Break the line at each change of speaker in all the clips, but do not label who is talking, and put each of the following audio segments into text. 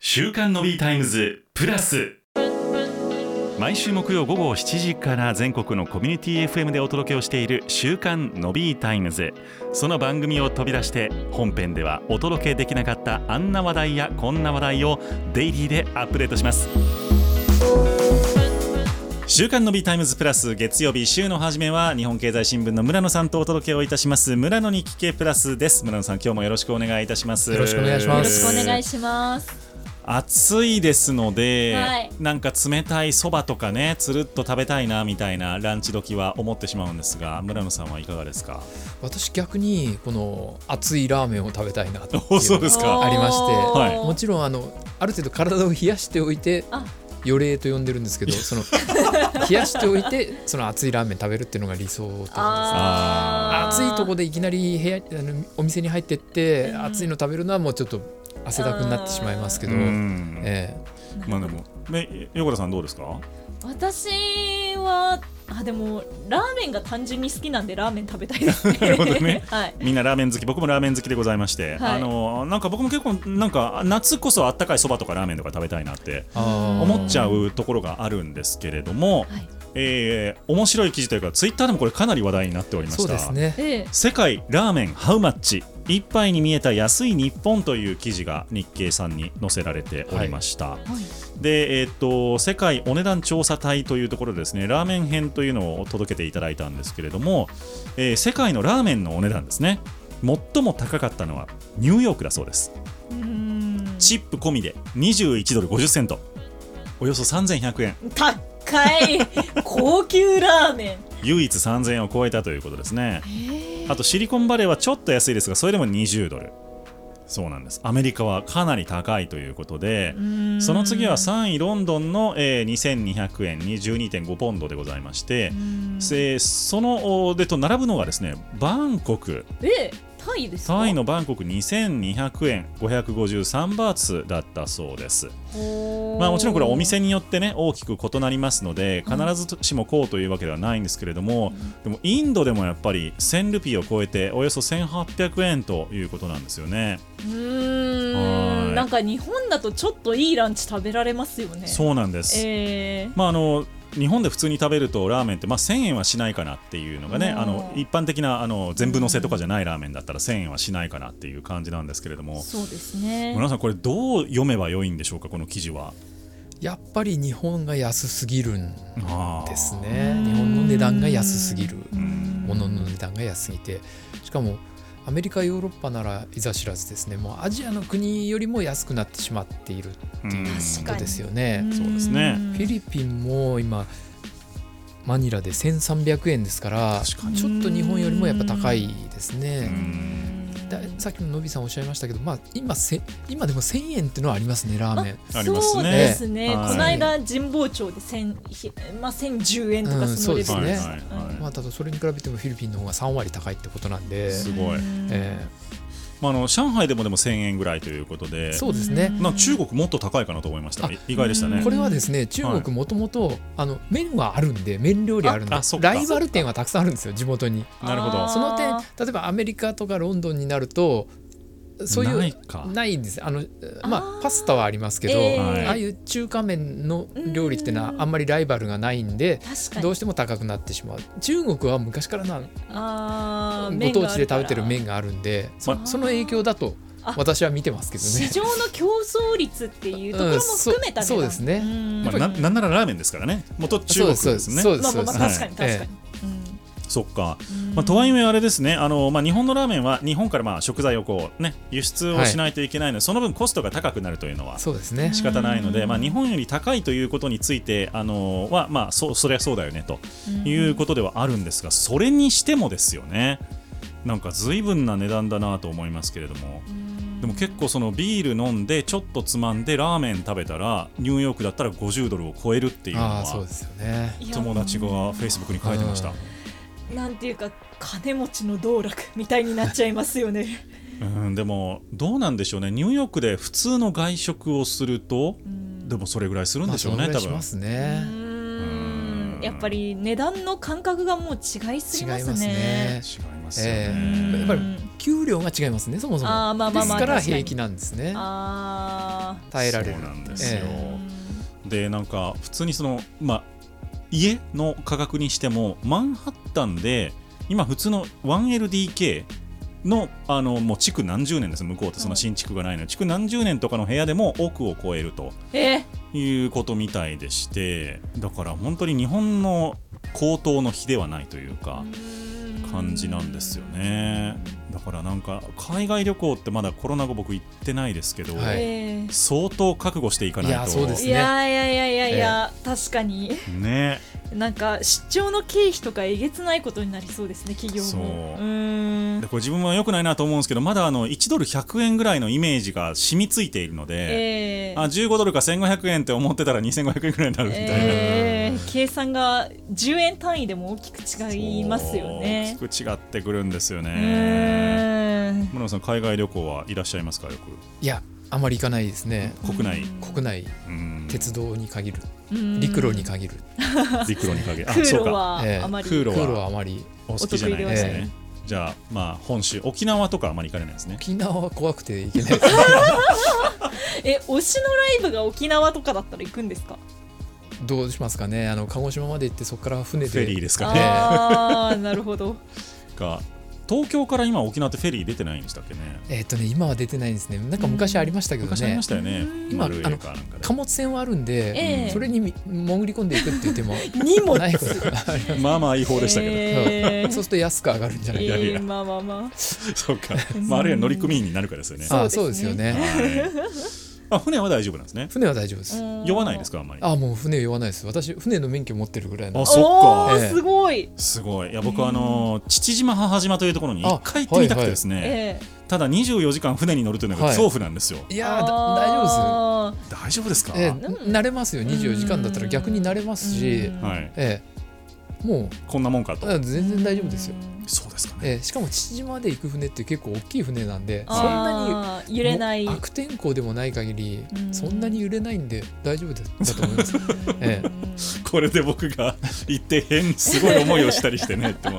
週刊のビータイムズプラス毎週木曜午後7時から全国のコミュニティ FM でお届けをしている週刊のビータイムズその番組を飛び出して本編ではお届けできなかったあんな話題やこんな話題をデイリーでアップデートします週刊のビータイムズプラス月曜日週の初めは日本経済新聞の村野さんとお届けをいたします村野に聞けプラスです村野さん今日もよろしくお願いいたします
よろしくお願いし
よ
ま
ろ
す
しくお願いします。
暑いですので、
はい
なんか冷たいそばとかねつるっと食べたいなみたいなランチ時は思ってしまうんですが村野さんはいかがですか
私逆にこの熱いラーメンを食べたいなと
おそうですか
おー
ありまして
はい
もちろんあのある程度体を冷やしておいて
あ
予冷と呼んでるんです けどその冷やしておいてその熱いラーメン食べるっていうのが理想と思います
あ
暑
ー
いとこでいきなり部屋あのお店に入ってって
うん
熱いの食べるのはもうちょっと汗だくになってしまいますけど、
うん
え
まあでもね横田さんどうですか
私はあでもラーメンが単純に好きなんでラーメン食べたいですね。
なるほどね
はい。
みんなラーメン好き僕もラーメン好きでございまして、
はい
あのなんか僕も結構なんか夏こそあったかいそばとかラーメンとか食べたいなって
えあー
思っちゃうところがあるんですけれども、
はい。
えー面白い記事というかツイッターでもこれかなり話題になっておりました
そうですね
ええ。
世界ラーメンハウマッチ一杯に見えた安い日本という記事が日経さんに載せられておりました、
はい。
で、えーっと世界お値段調査隊というところでですねラーメン編というのを届けていただいたんですけれども、えー世界のラーメンのお値段ですね最も高かったのはニューヨークだそうです
うーん。
チップ込みで21ドル50セントおよそ3100円
高い高級ラーメン。
唯一3000円を超えたということですね
え
あとシリコンバレーはちょっと安いですがそれでも20ドルそうなんですアメリカはかなり高いということで
え
その次は3位ロンドンの、えー2200円に12.5ポンドでございましてせそのおでと並ぶのがですねバンコク
えタイですか。
3位のバンコク2200円553バーツだったそうです
ほー。
まあ、もちろんこれはお店によってね大きく異なりますので必ずしもこうというわけではないんですけれども、でもインドでもやっぱり1000ルピーを超えておよそ1800円ということなんですよね。
うー
はい
ん。なんか日本だとちょっといいランチ食べられますよね。う
そうなんです、
ええ。
まああの日本で普通に食べるとラーメンって、まあ、1000円はしないかなっていうのがね
うん
あの一般的なあの全部のせとかじゃないラーメンだったら1000円はしないかなっていう感じなんですけれども
そうですね。
村さんこれどう読めばよいんでしょうかこの記事は。
やっぱり日本が安すぎるん
あー
ですね日本の値段が安すぎる
うん
物の値段が安すぎてしかもアメリカヨーロッパならいざ知らずですねもうアジアの国よりも安くなってしまっている
うん
確
こ
か
と
に
ですよね
そうですね
ん
フィリピンも今マニラで1300円ですからち
確か
ょ
に
っと日本よりもやっぱ高いです
う
ね
ん
ださっきものびさんおっしゃいましたけど、まあ、今せ今でも1000円っていうのはありますねラーメン
ありますね
そうですね。
はい
この間神保町で千ひまあ千十円とか
うん
そのレベ
そう
ル
で
ですす。
ね
はいはいはい
まあ、ただそれに比べてもフィリピンの方が3割高いってことなんで、
すごい
うん
え
まあ、あの上海でもでも1000円ぐらいということで
ーそうですね
な中国もっと高いかなと思いました
あ
意外でしたね
これはですね中
はい
国もともとあの麺はあるんで麺料理あるんで
ああそっか
ライバル店はたくさんあるんですよ地元に
なるほ
あ
ど
ー
その点例えばアメリカとかロンドンになるとそういう
ないか
ないんですあのま
あ
あ
ー
パスタはありますけど、
え
ー
ああいう中華麺の料理ってのは
うん
あんまりライバルがないんで
確かに。
どうしても高くなってしまう中国は昔からな
ああ
ご当地で食べてる麺があるんでそ
ま
その影響だと
あ
私は見てますけど
市
ね。
場の競争率っていうところも含めた
うんそそうですね
うん
まあ、ななんならラーメンですからね元中国ですね
そうです
まあまあま
そうで
あ確
す
かに確かに。
そっか、
うん
まあ、とはいえあれですねあの、まあ、日本のラーメンは日本からまあ食材をこう、ね、輸出をしないといけないので、その分コストが高くなるというのは
そうですね
仕方ないので、
うん
まあ、日本より高いということについてあのは、まあ、そそりゃそうだよねということではあるんですがそれにしてもですよねなんか随分な値段だなと思いますけれども。でも結構そのビール飲んでちょっとつまんでラーメン食べたらニューヨークだったら50ドルを超えるっていうの
ああーそう
は
ですよね。
いや
友達がフェイスブックに書いてました。
なんていうか金持ちの道楽みたいになっちゃいますよね。
うん、でもどうなんでしょうねニューヨークで普通の外食をすると
うん
でもそれぐらいするんでしょう
まあ
ね、
そ
多
のぐらいし
分
ますね。
う
うんんやっぱり値段の感覚がもう違いす
違い
ぎ
ま
ますすね。
ね。
違いますよ
え
ね、
えやっぱり給料が違いますねそもそも。
あーまあまあまあ
ですから
確かに
平気なんですね。
ああ
耐えられる
そうなんで
ー
すよ、
え
でなんか普通にそのまあ家の価格にしてもマンハッタンで今普通の 1LDK のあのもう築何十年です向こうってそんな新築がないので築何十年とかの部屋でも億を超えると
え
いうことみたいでしてだから本当に日本の高騰の比ではないというか、感じなんですよねだからなんか海外旅行ってまだコロナ後僕行ってないですけど、
は
えー
相当覚悟していかないと
いやそうです
いやいやいやいやいや、確かに
ね
なんか出張の経費とかえげつないことになりそうですね企業も
そう
ーん
でこれ自分は良くないなと思うんですけどまだあの1ドル100円ぐらいのイメージが染みついているので、
えー
あ15ドルか1500円って思ってたら2500円ぐらいになるみたいな、
えー計算が10円単位でも大きく違いますよね。
そう大きく違ってくるんですよ
う
ね
ーん
室野さん海外旅行はいらっしゃいますかよ
いやあまり行かないですね
く国内
国内
うん
鉄道に限る
うん
陸路に限る
陸路に限りあ
空
そう
路
か
は
ええ
あまり、
空路
空
は
路はあまり
お好きじゃないんですね。じゃあ、まあ、本州、沖縄とかあまり行かれないですね。
沖縄は怖くて行けない ですね
え推しのライブが沖縄とかだったら行くんですか
どうしますかねあの鹿児島まで行ってそこから船で
フェリーですかね。
ああなるほど
が東京から今、沖縄ってフェリー出てないんでしたっけね。
えっ、とね今は出てないんですねなんか昔ありましたけど
昔あり
ね
ましたよね
う。ん
今、ルエルかなんか
貨物船はあるんで、
ええ
それにみ潜り込んでいくって言っても
荷物
ないことがあり
で。まあまあ、違法でしたけど。
えー
そうすると安く上がるんじゃない
やい
え
や
ーまあまあまあ
そうか。まあ、あるいは乗組員になるかですよね。
か、
え
あそうですよね
はいあ、船は大丈夫なんですね。
船は大丈夫です、
酔わないですか、あんまり。
あもう船酔わないです私船の免許持ってるぐらいの
あ
そ
そ
っ
っ
か
か
おー
ええ
すごい
すごい。いや、僕、あの、父島、母島というところに
あ
一回行ってみたくてですね。
ええ
ただ、24時間船に乗るというのが恐怖なんですよ。
いやーだ大丈夫ですよ
夫で
大丈夫ですか
ええ
は
うん
慣れますよ24時間だったら逆に慣れますし、
い。
ええも
こんなもんか
う
と。
あ全然大丈夫ですよ、
そうですかね。
ええしかも父島で行く船って結構大きい船なんでそんなに
あー揺れない
もう悪天候でもない限り
うん
そんなに揺れないんで大丈夫だだと思い ますえ
これで僕が行って変すごい思いをしたりしてねっても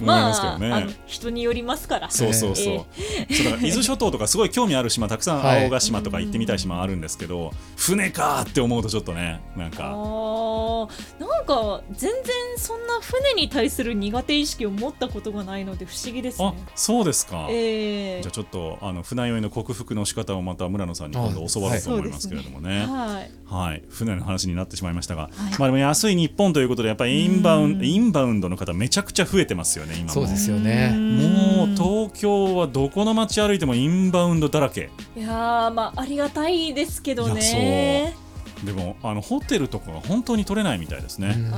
思い
ま
ますけ
あ
どね。
あの人によりますから
そうそうそう、
え
そうだから伊豆諸島とかすごい興味ある島たくさん
はい
青ヶ島とか行ってみたい島あるんですけど、船かーって思うとちょっとねなん
あ
か
ーなんか全然そんな船に対する苦手意識を持ったことがないので不思議です
あ
ね。
そうですか、
ええ
じゃあちょっとあの船酔いの克服の仕方をまた村野さんに今度教わろうと思いますけれどもね。
はい。
はい、船の話になってしまいましたが、
い
まあでも安い日本ということでやっぱりインバウン
うん
インバウンドの方めちゃくちゃ増えてますよね今も。
そうですよね
もう
と
東京はどこの街歩いてもインバウンドだらけ
いやーまあありがたいですけど
いや
ね。
でもあのホテルとかが本当に取れないみたいです
えう
ね、
ん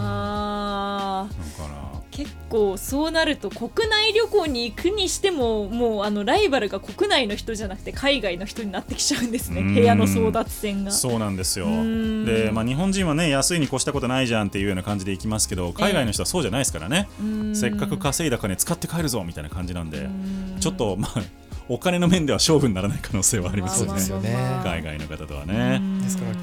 あー
だか
結構そうなると国内旅行に行くにしてももうあのライバルが国内の人じゃなくて海外の人になってきちゃうんですね
うん
部屋の争奪戦が。
らそうなんですよ
うん
で、まあ、日本人はね安いに越したことないじゃんっていうような感じで行きますけど海外の人はそうじゃないですからね、
うん
せっかく稼いだ金使って帰るぞみたいな感じなんで、ちょっとまあお金の面では勝負にならない可能性はありますよ
まあ
ね、
まあね
海外の方とはね、
ですから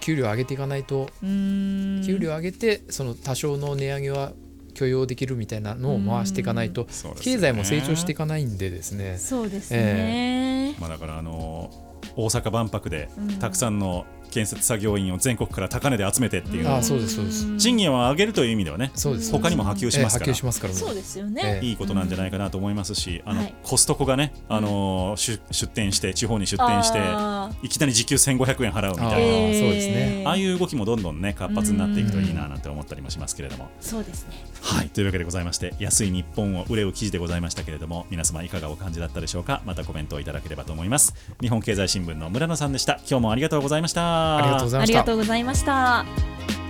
給料上げていかないと
うん
給料上げてその多少の値上げは許容できるみたいなのを回していかないと
そうですよ
経
ね
済も成長していかないんでですね
そうですね、
まあ、だからあの大阪万博で
うん
たくさんの建設作業員を全国から高値で集めてっていうの
あ
は
あそうですそうです
賃金を上げるという意味ではね
そうです
他にも波及しますから
ええ波及しますから
そうですよね、
ええ
いいことなんじゃないかなと思いますし、あの
はい
コストコがね、あのー出出店して地方に出店して
あー
いきなり時給1500円払うみたいなあ,、
ー
ええ
そうですね
あいう動きもどんどんね活発になっていくといいななんて思ったりもしますけれども。
そうですね
はいというわけでございまして安い日本を憂う記事でございましたけれども皆様いかがお感じだったでしょうかまたコメントをいただければと思います日本経済新聞の村野さんでした今日もありがとうございました
ありがとうござい
あ
まし
り
た
がとうございました